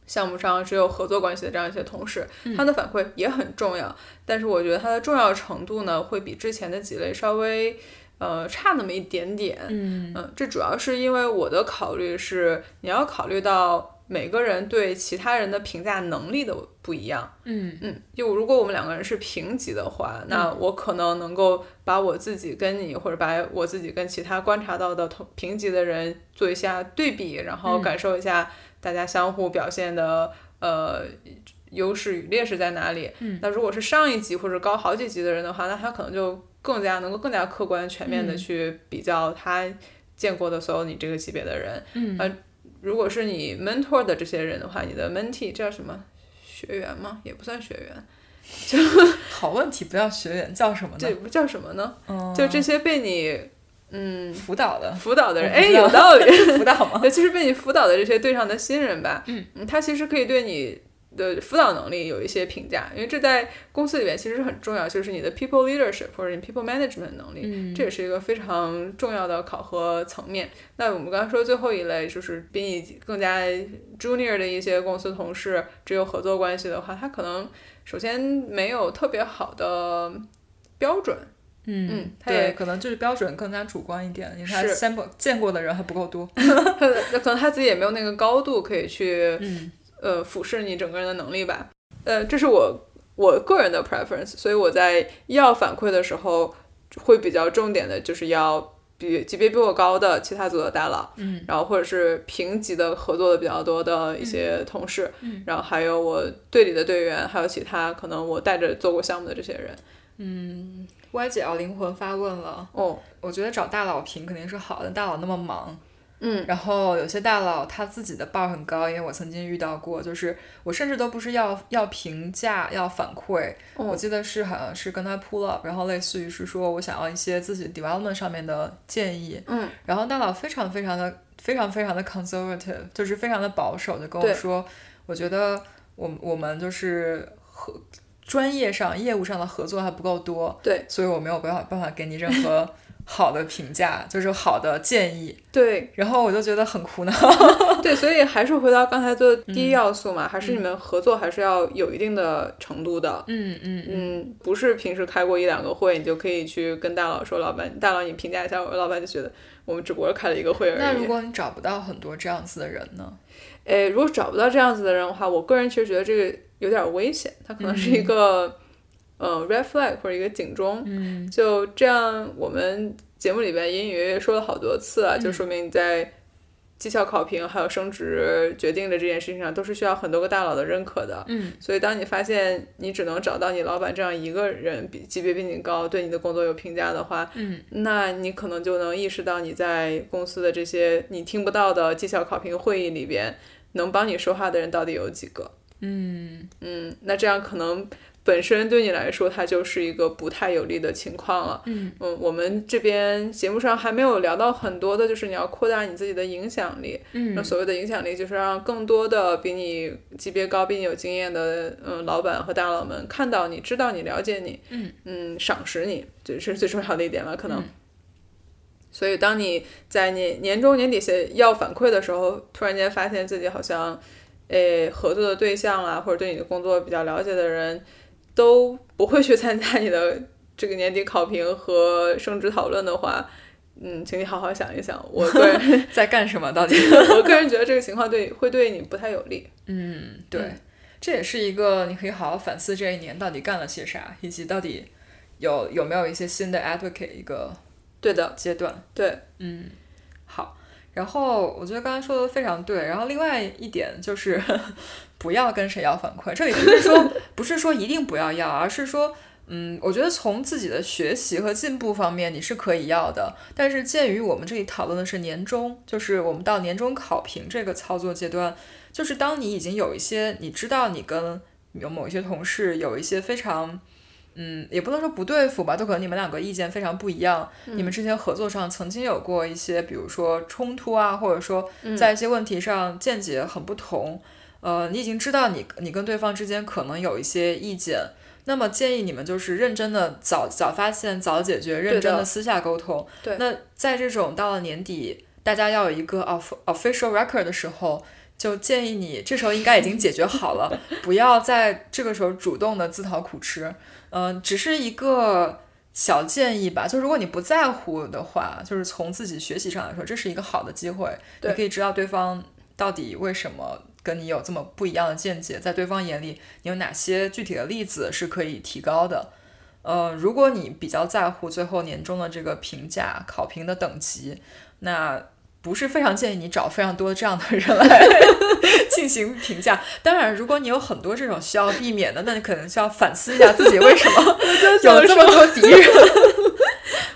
Speaker 2: 项目上只有合作关系的这样一些同事，他的反馈也很重要，但是我觉得它的重要程度呢，会比之前的几类稍微呃差那么一点点，
Speaker 1: 嗯
Speaker 2: 嗯，这主要是因为我的考虑是，你要考虑到每个人对其他人的评价能力的不一样。
Speaker 1: 嗯
Speaker 2: 嗯，就如果我们两个人是平级的话，那我可能能够把我自己跟你，或者把我自己跟其他观察到的同平级的人做一下对比，然后感受一下大家相互表现的、呃优势与劣势在哪里。嗯，那如果是上一级或者高好几级的人的话，那他可能就更加能够更加客观全面的去比较他见过的所有你这个级别的人。嗯，呃，如果是你 mentor 的这些人的话，你的 mentee 这叫什么？学员吗？也不算学员，
Speaker 1: 好问题，不要学员叫什么呢
Speaker 2: 这？不叫什么呢？
Speaker 1: 嗯，
Speaker 2: 就这些被你嗯
Speaker 1: 辅导的
Speaker 2: 辅导的人，
Speaker 1: 哦我不
Speaker 2: 哎，
Speaker 1: 知道
Speaker 2: 有道理，
Speaker 1: (laughs)
Speaker 2: (laughs)
Speaker 1: 辅导 (laughs) 吗？
Speaker 2: 尤其是被你辅导的这些队上的新人吧，嗯，他其实可以对你的辅导能力有一些评价，因为这在公司里面其实很重要，就是你的 people leadership 或者你 people management 能力，
Speaker 1: 嗯
Speaker 2: 这也是一个非常重要的考核层面。那我们刚刚说最后一类就是比你更加 junior 的一些公司同事，只有合作关系的话，他可能首先没有特别好的标准，嗯他也
Speaker 1: 对，可能就是标准更加主观一点，因为他
Speaker 2: 是
Speaker 1: 先不见过的人还不够多。
Speaker 2: 他的那可能他自己也没有那个高度可以去，
Speaker 1: 嗯
Speaker 2: 呃，俯视你整个人的能力吧。呃，这是我我个人的 preference，所以我在要反馈的时候会比较重点的，就是要比级别比我高的其他组的大佬，
Speaker 1: 嗯，
Speaker 2: 然后或者是平级的合作的比较多的一些同事，嗯，然后还有我队里的队员，还有其他可能我带着做过项目的这些人。
Speaker 1: 歪姐要灵魂发问了，
Speaker 2: 哦，
Speaker 1: 我觉得找大佬评肯定是好的，大佬那么忙。
Speaker 2: 嗯，
Speaker 1: 然后有些大佬他自己的 bar 很高，因为我曾经遇到过，就是我甚至都不是要要评价要反馈，
Speaker 2: 哦
Speaker 1: 我记得是好像是跟他 pull up，然后类似于是说我想要一些自己 development 上面的建议，
Speaker 2: 嗯，
Speaker 1: 然后大佬非常非常的非常非常的 conservative，就是非常的保守，就跟我
Speaker 2: 对
Speaker 1: 说，我觉得我我们就是合专业上业务上的合作还不够多，
Speaker 2: 对
Speaker 1: 所以我没有办法办法给你任何好的评价，就是好的建议。
Speaker 2: 对，
Speaker 1: 然后我就觉得很
Speaker 2: (laughs)
Speaker 1: 苦恼，
Speaker 2: 对，所以还是回到刚才的第
Speaker 1: 嗯
Speaker 2: 一要素嘛，还是你们合作还是要有一定的程度的。
Speaker 1: 嗯嗯
Speaker 2: 嗯，不是平时开过一两个会，你就可以去跟大佬说，老板，大佬你评价一下我，老板就觉得我们只不过是开了一个会而已。
Speaker 1: 那如果你找不到很多这样子的人呢？ (laughs)
Speaker 2: 诶，呃如果找不到这样子的人的话，我个人其实觉得这个有点危险，它可能是
Speaker 1: 嗯
Speaker 2: 一个、呃 red flag 或者一个警钟。嗯，就这样，我们节目里边隐隐约约说了好多次
Speaker 1: 嗯
Speaker 2: 啊，就说明你在绩效考评还有升职决定的这件事情上，都是需要很多个大佬的认可的。
Speaker 1: 嗯，
Speaker 2: 所以当你发现你只能找到你老板这样一个人比级别比你高，对你的工作有评价的话，
Speaker 1: 嗯，
Speaker 2: 那你可能就能意识到你在公司的这些你听不到的绩效考评会议里边，能帮你说话的人到底有几个。嗯嗯，那这样可能本身对你来说它就是一个不太有利的情况了。
Speaker 1: 嗯
Speaker 2: 嗯，我们这边节目上还没有聊到很多的，就是你要扩大你自己的影响力。那
Speaker 1: 嗯
Speaker 2: 所谓的影响力，就是让更多的比你级别高、比你有经验的嗯老板和大佬们看到你、知道你、了解你，
Speaker 1: 嗯
Speaker 2: 赏识你，这是最重要的一点了，可能。
Speaker 1: 嗯
Speaker 2: 所以，当你在年年终年底些要反馈的时候，突然间发现自己好像，诶，合作的对象啦，或者对你的工作比较了解的人，都不会去参加你的这个年底考评和升职讨论的话，嗯，请你好好想一想，我对 (laughs)
Speaker 1: 在干什么到底？
Speaker 2: 我个人觉得这个情况对会对你不太有利。
Speaker 1: 嗯，对，
Speaker 2: 嗯
Speaker 1: 这也是一个你可以好好反思这一年到底干了些啥，以及到底有有没有一些新的 advocate 一个
Speaker 2: 对的，
Speaker 1: 阶段。
Speaker 2: (laughs) 对，
Speaker 1: 嗯，好。然后我觉得刚才说的非常对。然后另外一点就是 (laughs) 不要跟谁要反馈，这里不是说不是说一定不要要，而是说。嗯，我觉得从自己的学习和进步方面，你是可以要的。但是鉴于我们这里讨论的是年终，就是我们到年终考评这个操作阶段，就是当你已经有一些，你知道你跟有某一些同事有一些非常，嗯，也不能说不对付吧，就可能你们两个意见非常不一样，你们之前合作上曾经有过一些，比如说冲突啊，或者说在一些问题上见解很不同，呃，你已经知道你你跟对方之间可能有一些意见，那么建议你们就是认真的早早发现、早解决，认真的私下沟通。
Speaker 2: 对
Speaker 1: 那在这种到了年底，大家要有一个 off official record 的时候。就建议你，这时候应该已经解决好了， (laughs) 不要在这个时候主动的自讨苦吃。嗯、只是一个小建议吧，就如果你不在乎的话，就是从自己学习上来说，这是一个好的机会，
Speaker 2: 对
Speaker 1: 你可以知道对方到底为什么跟你有这么不一样的见解，在对方眼里你有哪些具体的例子是可以提高的。呃，如果你比较在乎最后年终的这个评价、考评的等级，那不是非常建议你找非常多这样的人来 (laughs) 进行评价。当然，如果你有很多这种需要避免的，那你可能需要反思一下自己为什么
Speaker 2: (laughs)
Speaker 1: 有这么多敌人。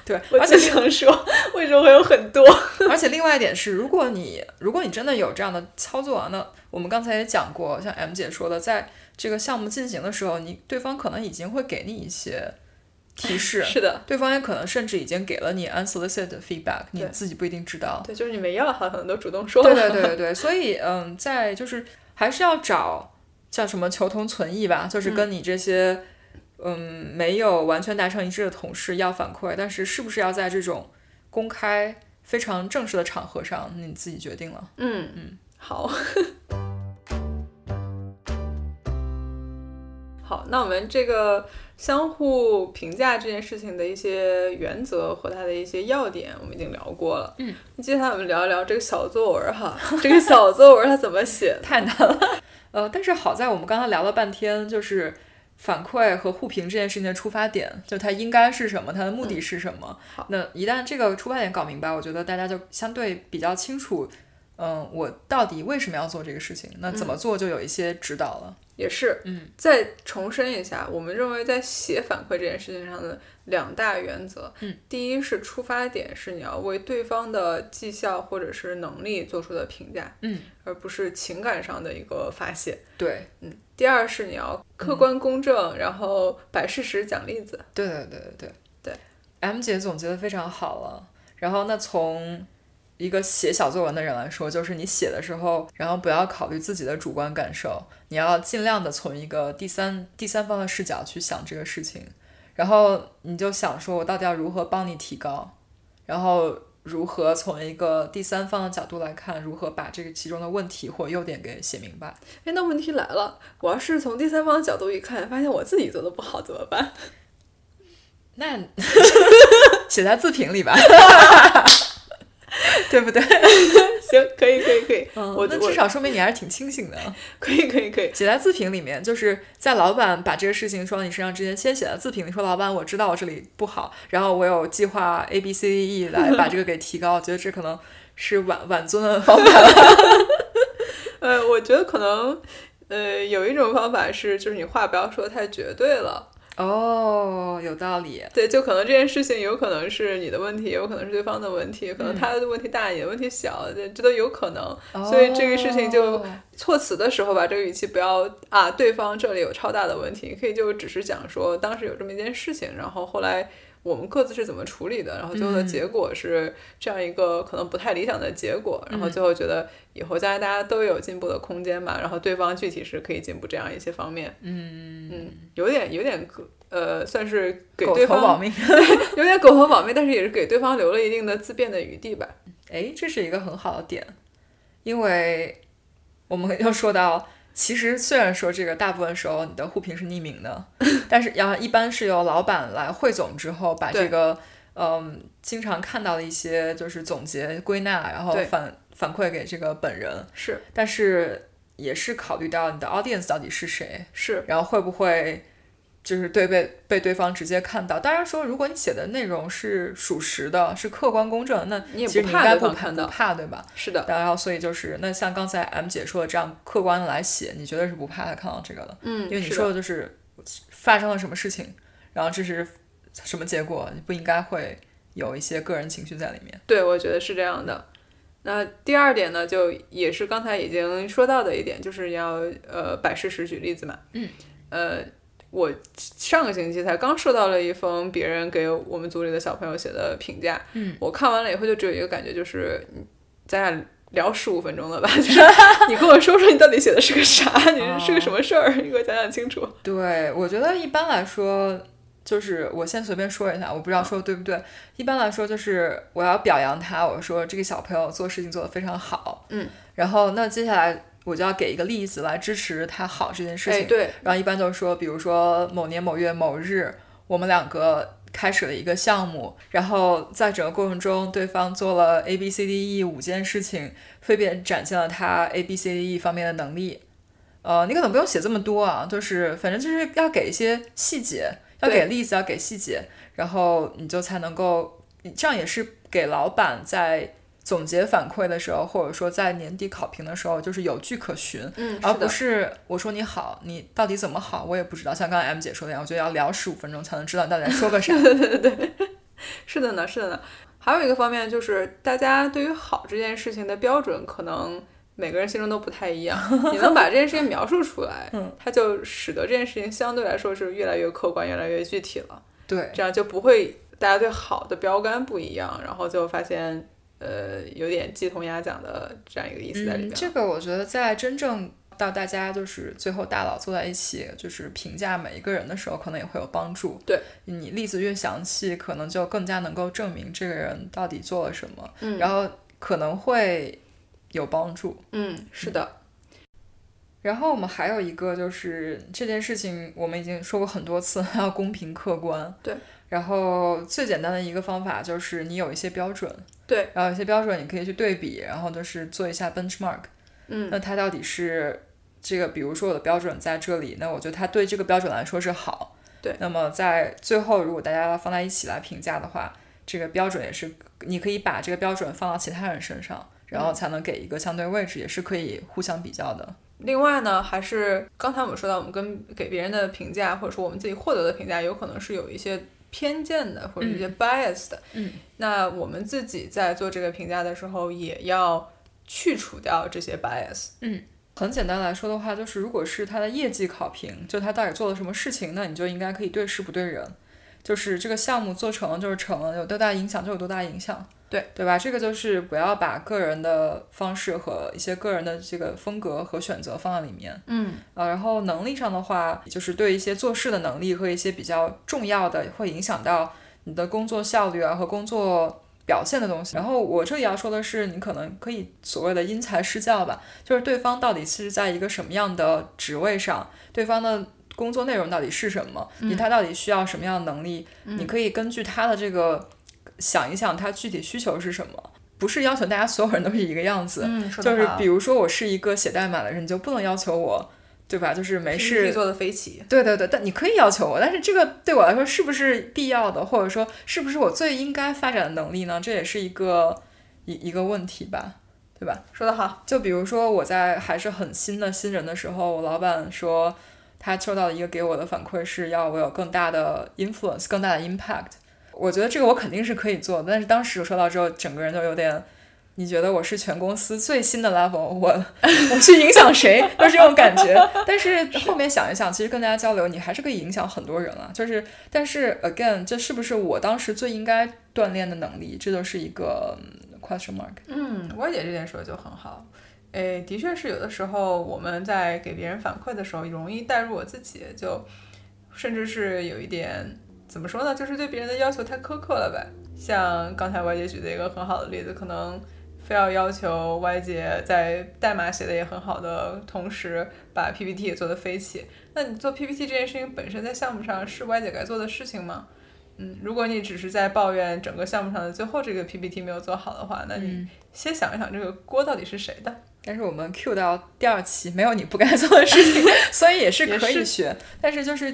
Speaker 1: 对，
Speaker 2: 我
Speaker 1: 而
Speaker 2: 就
Speaker 1: 且
Speaker 2: 想说，为什么会有很多？
Speaker 1: 而且另外一点是，如果你如果你真的有这样的操作啊，那我们刚才也讲过，像 M 姐说的，在这个项目进行的时候，你对方可能已经会给你一些提
Speaker 2: (laughs)
Speaker 1: 示，
Speaker 2: 是的，
Speaker 1: 对方也可能甚至已经给了你 unsolicited feedback，你
Speaker 2: 对
Speaker 1: 自己不一定知道。
Speaker 2: 对，就是你没要，他可能都主动说
Speaker 1: 对
Speaker 2: 了。
Speaker 1: 对对对对，所以嗯，在就是还是要找叫什么求同存异吧，就是跟你这些嗯没有完全达成一致的同事要反馈，但是是不是要在这种公开非常正式的场合上，你自己决定了。
Speaker 2: 嗯
Speaker 1: 嗯
Speaker 2: 嗯，好。 (laughs) 好，那我们这个相互评价这件事情的一些原则和它的一些要点，我们已经聊过了。
Speaker 1: 嗯，
Speaker 2: 接下来我们聊一聊这个小作文儿哈，这个小作文儿它怎么写的？
Speaker 1: 太难了。呃，但是好在我们刚才聊了半天，就是反馈和互评这件事情的出发点，就它应该是什么，它的目的是什么。
Speaker 2: 好
Speaker 1: 那一旦这个出发点搞明白，我觉得大家就相对比较清楚，嗯、我到底为什么要做这个事情，那怎么做就有一些指导了。
Speaker 2: 也是，
Speaker 1: 嗯，
Speaker 2: 再重申一下，我们认为在写反馈这件事情上的两大原则，
Speaker 1: 嗯，
Speaker 2: 第一是出发点是你要为对方的绩效或者是能力做出的评价，
Speaker 1: 嗯，
Speaker 2: 而不是情感上的一个发泄，
Speaker 1: 对，
Speaker 2: 嗯，第二是你要
Speaker 1: 嗯
Speaker 2: 客观公正，然后摆事实讲例子，
Speaker 1: 对对对对对
Speaker 2: 对。
Speaker 1: M 姐总结的非常好了。然后，那从一个写小作文的人来说，就是你写的时候，然后不要考虑自己的主观感受，你要尽量的从一个第三第三方的视角去想这个事情，然后你就想说，我到底要如何帮你提高，然后如何从一个第三方的角度来看，如何把这个其中的问题或优点给写明白。
Speaker 2: 哎，那问题来了，我要是从第三方的角度一看，发现我自己做的不好怎么办？ (laughs)
Speaker 1: 那 (laughs) 写在自评里吧， (laughs) 对不对？
Speaker 2: 行，可以，可以，可以，我
Speaker 1: 我嗯那至
Speaker 2: 我
Speaker 1: 少说明你还是挺清醒的。
Speaker 2: (laughs) 可以，可以，可以，
Speaker 1: 写在自评里面，就是在老板把这个事情说到你身上之前，先写在自评里说：“老板，我知道我这里不好，然后我有计划 A B C D E 来把这个给提高。”我觉得这可能是晚晚尊的方
Speaker 2: (laughs)
Speaker 1: 法。
Speaker 2: 呃，我觉得可能，呃，有一种方法是，就是你话不要说太绝对了，
Speaker 1: 哦，有道理。
Speaker 2: 对，就可能这件事情有可能是你的问题，有可能是对方的问题，可能他的问题大，你的问题小，这这都有可能。所以这个事情就
Speaker 1: 哦
Speaker 2: 措辞的时候吧，这个语气不要啊，对方这里有超大的问题，可以就只是讲说当时有这么一件事情，然后后来我们各自是怎么处理的，然后最后
Speaker 1: 嗯
Speaker 2: 的结果是这样一个可能不太理想的结果，然后
Speaker 1: 嗯
Speaker 2: 最后觉得以后大家大家都有进步的空间嘛，然后对方具体是可以进步这样一些方面，嗯嗯，有点有点呃，算是给
Speaker 1: 狗
Speaker 2: 对
Speaker 1: 头保
Speaker 2: 方
Speaker 1: 命。
Speaker 2: 有点狗头保命，但是也是给对方留了一定的自辩的余地吧。
Speaker 1: 诶，这是一个很好的点，因为我们又说到，其实虽然说这个大部分时候你的互评是匿名
Speaker 2: (laughs)
Speaker 1: 的，但是要一般是由老板来汇总之后，把这
Speaker 2: 对
Speaker 1: 个嗯经常看到的一些就是总结归纳，然后
Speaker 2: 对
Speaker 1: 反反馈给这个本人，
Speaker 2: 是
Speaker 1: 但是也是考虑到你的 audience 到底是谁，
Speaker 2: 是，
Speaker 1: 然后会不会就是对被被对方直接看到？当然说，如果你写的内容是属实的，是客观公正，那
Speaker 2: 你也
Speaker 1: 其实
Speaker 2: 不
Speaker 1: 你应
Speaker 2: 怕
Speaker 1: 该
Speaker 2: 对
Speaker 1: 不
Speaker 2: 方
Speaker 1: 怕
Speaker 2: 看到呃
Speaker 1: 不怕对吧？
Speaker 2: 是的，
Speaker 1: 然后所以就是那像刚才 M 姐说的这样客观的来写，你绝对是不怕他看到这个的，
Speaker 2: 嗯，
Speaker 1: 因为你
Speaker 2: 是的
Speaker 1: 说的就是发生了什么事情，然后这是什么结果，你不应该会有一些个人情绪在里面。
Speaker 2: 对，我觉得是这样的。那第二点呢，就也是刚才已经说到的一点，就是要呃摆事实举例子嘛。嗯。呃，我上个星期才刚收到了一封别人给我们组里的小朋友写的评价。嗯。我看完了以后，就只有一个感觉，就是嗯咱俩聊十五分钟了吧？ (laughs) 就是你跟我说说你到底写的是个啥，你是是个什么事儿？你给我讲讲清楚。
Speaker 1: 对，我觉得一般来说，就是我先随便说一下，我不知
Speaker 2: 嗯
Speaker 1: 道说的对不对。一般来说，就是我要表扬他，我说这个小朋友做事情做得非常好，
Speaker 2: 嗯，
Speaker 1: 然后那接下来我就要给一个例子来支持他好这件事情。
Speaker 2: 哎，对，
Speaker 1: 然后一般都是说，比如说某年某月某日，我们两个开始了一个项目，然后在整个过程中，对方做了 A B C D E 五件事情，分别展现了他 A B C D E 方面的能力。呃，你可能不用写这么多啊，就是反正就是要给一些细节，要
Speaker 2: 对
Speaker 1: 给例子，要给细节，然后你就才能够，这样也是给老板在总结反馈的时候，或者说在年底考评的时候，就是有据可循，
Speaker 2: 嗯，
Speaker 1: 而
Speaker 2: 是
Speaker 1: 啊不
Speaker 2: 的，
Speaker 1: 是我说你好，你到底怎么好，我也不知道。像刚才 M 姐说的那样，我觉得要聊十五分钟才能知道你到底在说个
Speaker 2: (laughs)
Speaker 1: 啥。
Speaker 2: 是的呢，是的呢。还有一个方面就是，大家对于好这件事情的标准，可能每个人心中都不太一样。
Speaker 1: (laughs)
Speaker 2: 你能把这件事情描述出来，
Speaker 1: 嗯
Speaker 2: 它就使得这件事情相对来说是越来越客观、越来越具体了。
Speaker 1: 对，
Speaker 2: 这样就不会大家对好的标杆不一样，然后就发现呃有点鸡同鸭讲的这啊样一个意思在
Speaker 1: 嗯，
Speaker 2: 里面。
Speaker 1: 这个我觉得在真正到大家就是最后大佬坐在一起，就是评价每一个人的时候，可能也会有帮助。
Speaker 2: 对，
Speaker 1: 你例子越详细，可能就更加能够证明这个人到底做了什么，然后可能会有帮助。
Speaker 2: 嗯，是的，
Speaker 1: 然后我们还有一个就是这件事情，我们已经说过很多次，要公平客观。
Speaker 2: 对。
Speaker 1: 然后最简单的一个方法就是你有一些标准，
Speaker 2: 对，
Speaker 1: 然后有一些标准你可以去对比，然后就是做一下 benchmark。
Speaker 2: 嗯，
Speaker 1: 那它到底是这个，比如说我的标准在这里，那我觉得它对这个标准来说是好。
Speaker 2: 对。
Speaker 1: 那么在最后，如果大家放在一起来评价的话，这个标准也是你可以把这个标准放到其他人身上，然
Speaker 2: 嗯
Speaker 1: 后才能给一个相对位置，也是可以互相比较的。
Speaker 2: 另外呢，还是刚才我们说到，我们跟给别人的评价，或者说我们自己获得的评价，有可能是有一些偏见的，或者一些 bias 的。
Speaker 1: 嗯，
Speaker 2: 那我们自己在做这个评价的时候，也要去除掉这些 bias。
Speaker 1: 很简单来说的话，就是如果是他的业绩考评，就他到底做了什么事情，那你就应该可以对事不对人，就是这个项目做成了就是成了，有多大影响就有多大影响，
Speaker 2: 对
Speaker 1: 对吧？这个就是不要把个人的方式和一些个人的这个风格和选择放在里面，
Speaker 2: 嗯，
Speaker 1: 呃，然后能力上的话，就是对一些做事的能力和一些比较重要的会影响到你的工作效率啊和工作表现的东西。然后我这里要说的是，你可能可以所谓的因材施教吧，就是对方到底是在一个什么样的职位上，对方的。工作内容到底是什么？你他到底需要什么样的能力？你可以根据他的这个想一想，他具体需求是什么？不是要求大家所有人都是一个样子，
Speaker 2: 嗯，
Speaker 1: 就是比如说我是一个写代码的人，你就不能要求我，对吧？就是没事。
Speaker 2: 做的飞起。
Speaker 1: 对对对，但你可以要求我，但是这个对我来说是不是必要的，或者说是不是我最应该发展的能力呢？这也是一个一一个问题吧，对吧？
Speaker 2: 说得好，
Speaker 1: 就比如说我在还是很新的新人的时候，我老板说他收到的一个给我的反馈是要我有更大的 influence，更大的 impact。我觉得这个我肯定是可以做，但是当时我收到之后，整个人就有点，你觉得我是全公司最新的 level，我我去影响谁，就是这种感觉。但是后面想一想，其实跟大家交流，你还是可以影响很多人啊。就是，但是 again，这是不是我当时最应该锻炼的能力？这就是一个嗯 question mark。
Speaker 2: 嗯，我姐这点说的就很好。诶，的确是有的时候我们在给别人反馈的时候，容易带入我自己，就甚至是有一点怎么说呢，就是对别人的要求太苛刻了呗。像刚才歪姐举的一个很好的例子，可能非要要求歪姐在代码写的也很好的同时，把 PPT 也做得飞起。那你做 PPT 这件事情本身在项目上是歪姐该做的事情吗？嗯，如果你只是在抱怨整个项目上的最后这个 PPT 没有做好的话，那你先想一想这个锅到底是谁的。
Speaker 1: 但是我们 Q 到第二期没有你不该做的事
Speaker 2: (laughs)
Speaker 1: 情，所以也是可以学。但是就是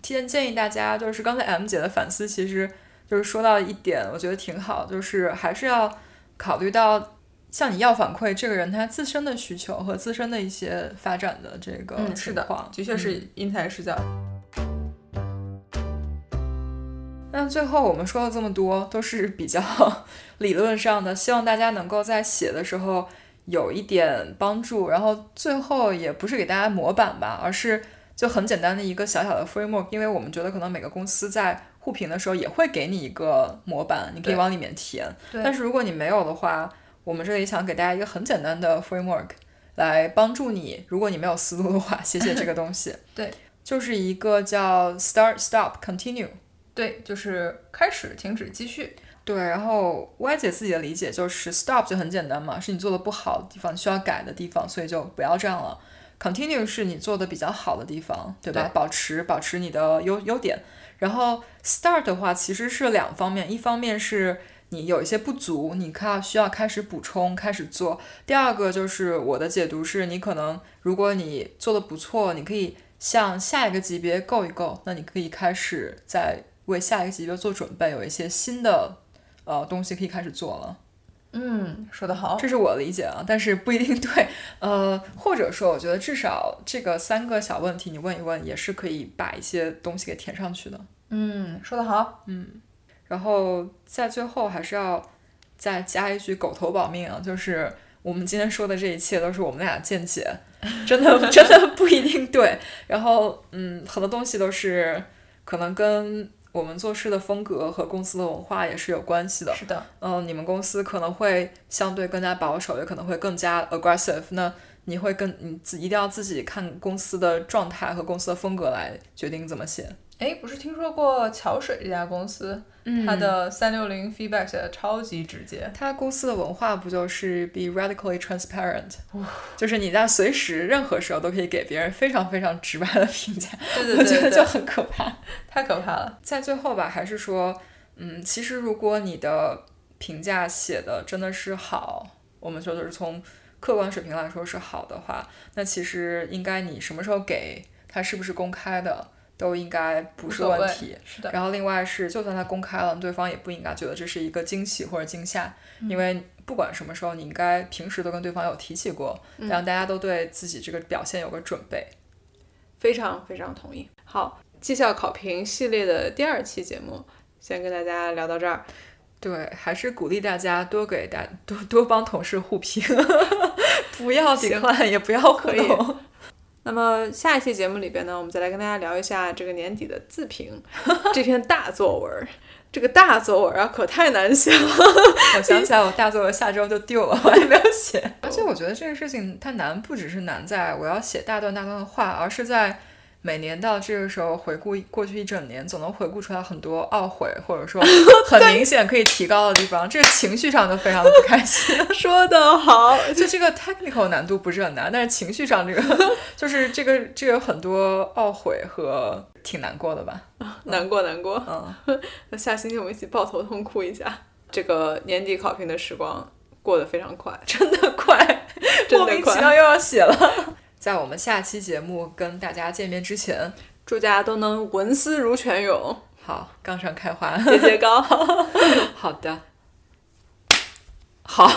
Speaker 1: 提前建议大家，就是刚才 M 姐的反思，其实就是说到一点，我觉得挺好，就是还是要考虑到向你要反馈这个人他自身的需求和自身的一些发展的这个
Speaker 2: 嗯，是
Speaker 1: 情
Speaker 2: 的
Speaker 1: 况，。
Speaker 2: 的确是因材施教。
Speaker 1: 那最后我们说了这么多，都是比较理论上的，希望大家能够在写的时候有一点帮助。然后最后也不是给大家模板吧，而是就很简单的一个小小的 framework，因为我们觉得可能每个公司在互评的时候也会给你一个模板，你可以
Speaker 2: 对
Speaker 1: 往里面填。
Speaker 2: 对。
Speaker 1: 但是如果你没有的话，我们这里想给大家一个很简单的 framework 来帮助你，如果你没有思路的话，写写这个东西
Speaker 2: (laughs) 对，
Speaker 1: 就是一个叫 start stop continue。
Speaker 2: 对，就是开始、停止、继续。
Speaker 1: 对，然后歪姐自己的理解就是 stop 就很简单嘛，是你做的不好的地方，你需要改的地方，所以就不要这样了。continue 是你做的比较好的地方，对吧？
Speaker 2: 对
Speaker 1: 保持保持你的优优点。然后 start 的话其实是两方面，一方面是你有一些不足，你看需要开始补充，开始做。第二个就是我的解读是，你可能如果你做的不错，你可以向下一个级别够一够，那你可以开始在为下一个级别做准备，有一些新的呃东西可以开始做了。
Speaker 2: 嗯，说得好。
Speaker 1: 这是我的理解啊，但是不一定 (laughs) 对。呃，或者说，我觉得至少这个三个小问题你问一问，也是可以把一些东西给填上去的。
Speaker 2: 嗯，说得好。
Speaker 1: 然后在最后还是要再加一句“狗头保命”啊，就是我们今天说的这一切都是我们俩见解，真的真的不一定对。然后嗯，很多东西都是可能跟我们做事的风格和公司的文化也是有关系的。
Speaker 2: 是的，
Speaker 1: 嗯，你们公司可能会相对更加保守，也可能会更加 aggressive。那你会更你自一定要自己看公司的状态和公司的风格来决定怎么写。
Speaker 2: 哎，不是听说过桥水这家公司，
Speaker 1: 嗯
Speaker 2: 它的三六零 feedback 写的超级直 (laughs) 接。
Speaker 1: 他公司的文化不就是 be radically transparent，就是你在随时任何时候都可以给别人非常非常直白的评价，
Speaker 2: 对对
Speaker 1: 我觉
Speaker 2: 对
Speaker 1: 得就
Speaker 2: 对，
Speaker 1: 很可怕。
Speaker 2: 太可怕了。
Speaker 1: 在最后吧，还是说，嗯，其实如果你的评价写的真的是好，我们说就是从客观水平来说是好的话，那其实应该你什么时候给它是不是公开的，都应该不
Speaker 2: 无
Speaker 1: 是
Speaker 2: 所谓
Speaker 1: 问题。
Speaker 2: 是的，
Speaker 1: 然后另外是，就算它公开了，对方也不应该觉得这是一个惊喜或者惊吓，
Speaker 2: 嗯
Speaker 1: 因为不管什么时候，你应该平时都跟对方有提起过，
Speaker 2: 嗯
Speaker 1: 让大家都对自己这个表现有个准备。
Speaker 2: 非常非常同意。好，绩效考评系列的第二期节目，先跟大家聊到这儿。
Speaker 1: 对，还是鼓励大家多给大多多帮同事互 (laughs) 评，不要抵
Speaker 2: 行
Speaker 1: 赖，也不要互
Speaker 2: 可以
Speaker 1: 动。 (laughs)
Speaker 2: 那么下一期节目里边呢，我们再来跟大家聊一下这个年底的自评 (laughs) 这篇大作文儿。这个大作文儿啊，可太难写了。 (laughs)
Speaker 1: 我想起来，我大作文下周就丢了，我还没有写。 (laughs) 而且我觉得这个事情它难，不只是难在我要写大段大段的话，而是在每年到这个时候回顾过去一整年，总能回顾出来很多懊悔，或 (laughs) 者说很明显可以提高的地方。这个情绪上就非常的不开心。
Speaker 2: 说得好，
Speaker 1: (laughs) 就这个 technical 难度不是很难，但是情绪上这
Speaker 2: (laughs)
Speaker 1: 个就是这个这个有很多懊悔和挺难过的吧。
Speaker 2: 难过难过。
Speaker 1: 嗯，
Speaker 2: (laughs) 那下星期我们一起抱头痛哭一下。这个年底考评的时光过得非常快，
Speaker 1: 真的快，
Speaker 2: (laughs) 真
Speaker 1: (laughs) 莫
Speaker 2: 的
Speaker 1: 名其
Speaker 2: 快。
Speaker 1: 妙又要写了。 (laughs) 在我们下期节目跟大家见面之前，
Speaker 2: 祝大家都能文思如泉涌， (laughs)
Speaker 1: 好，杠上开花。
Speaker 2: 节节高。
Speaker 1: 好的，好，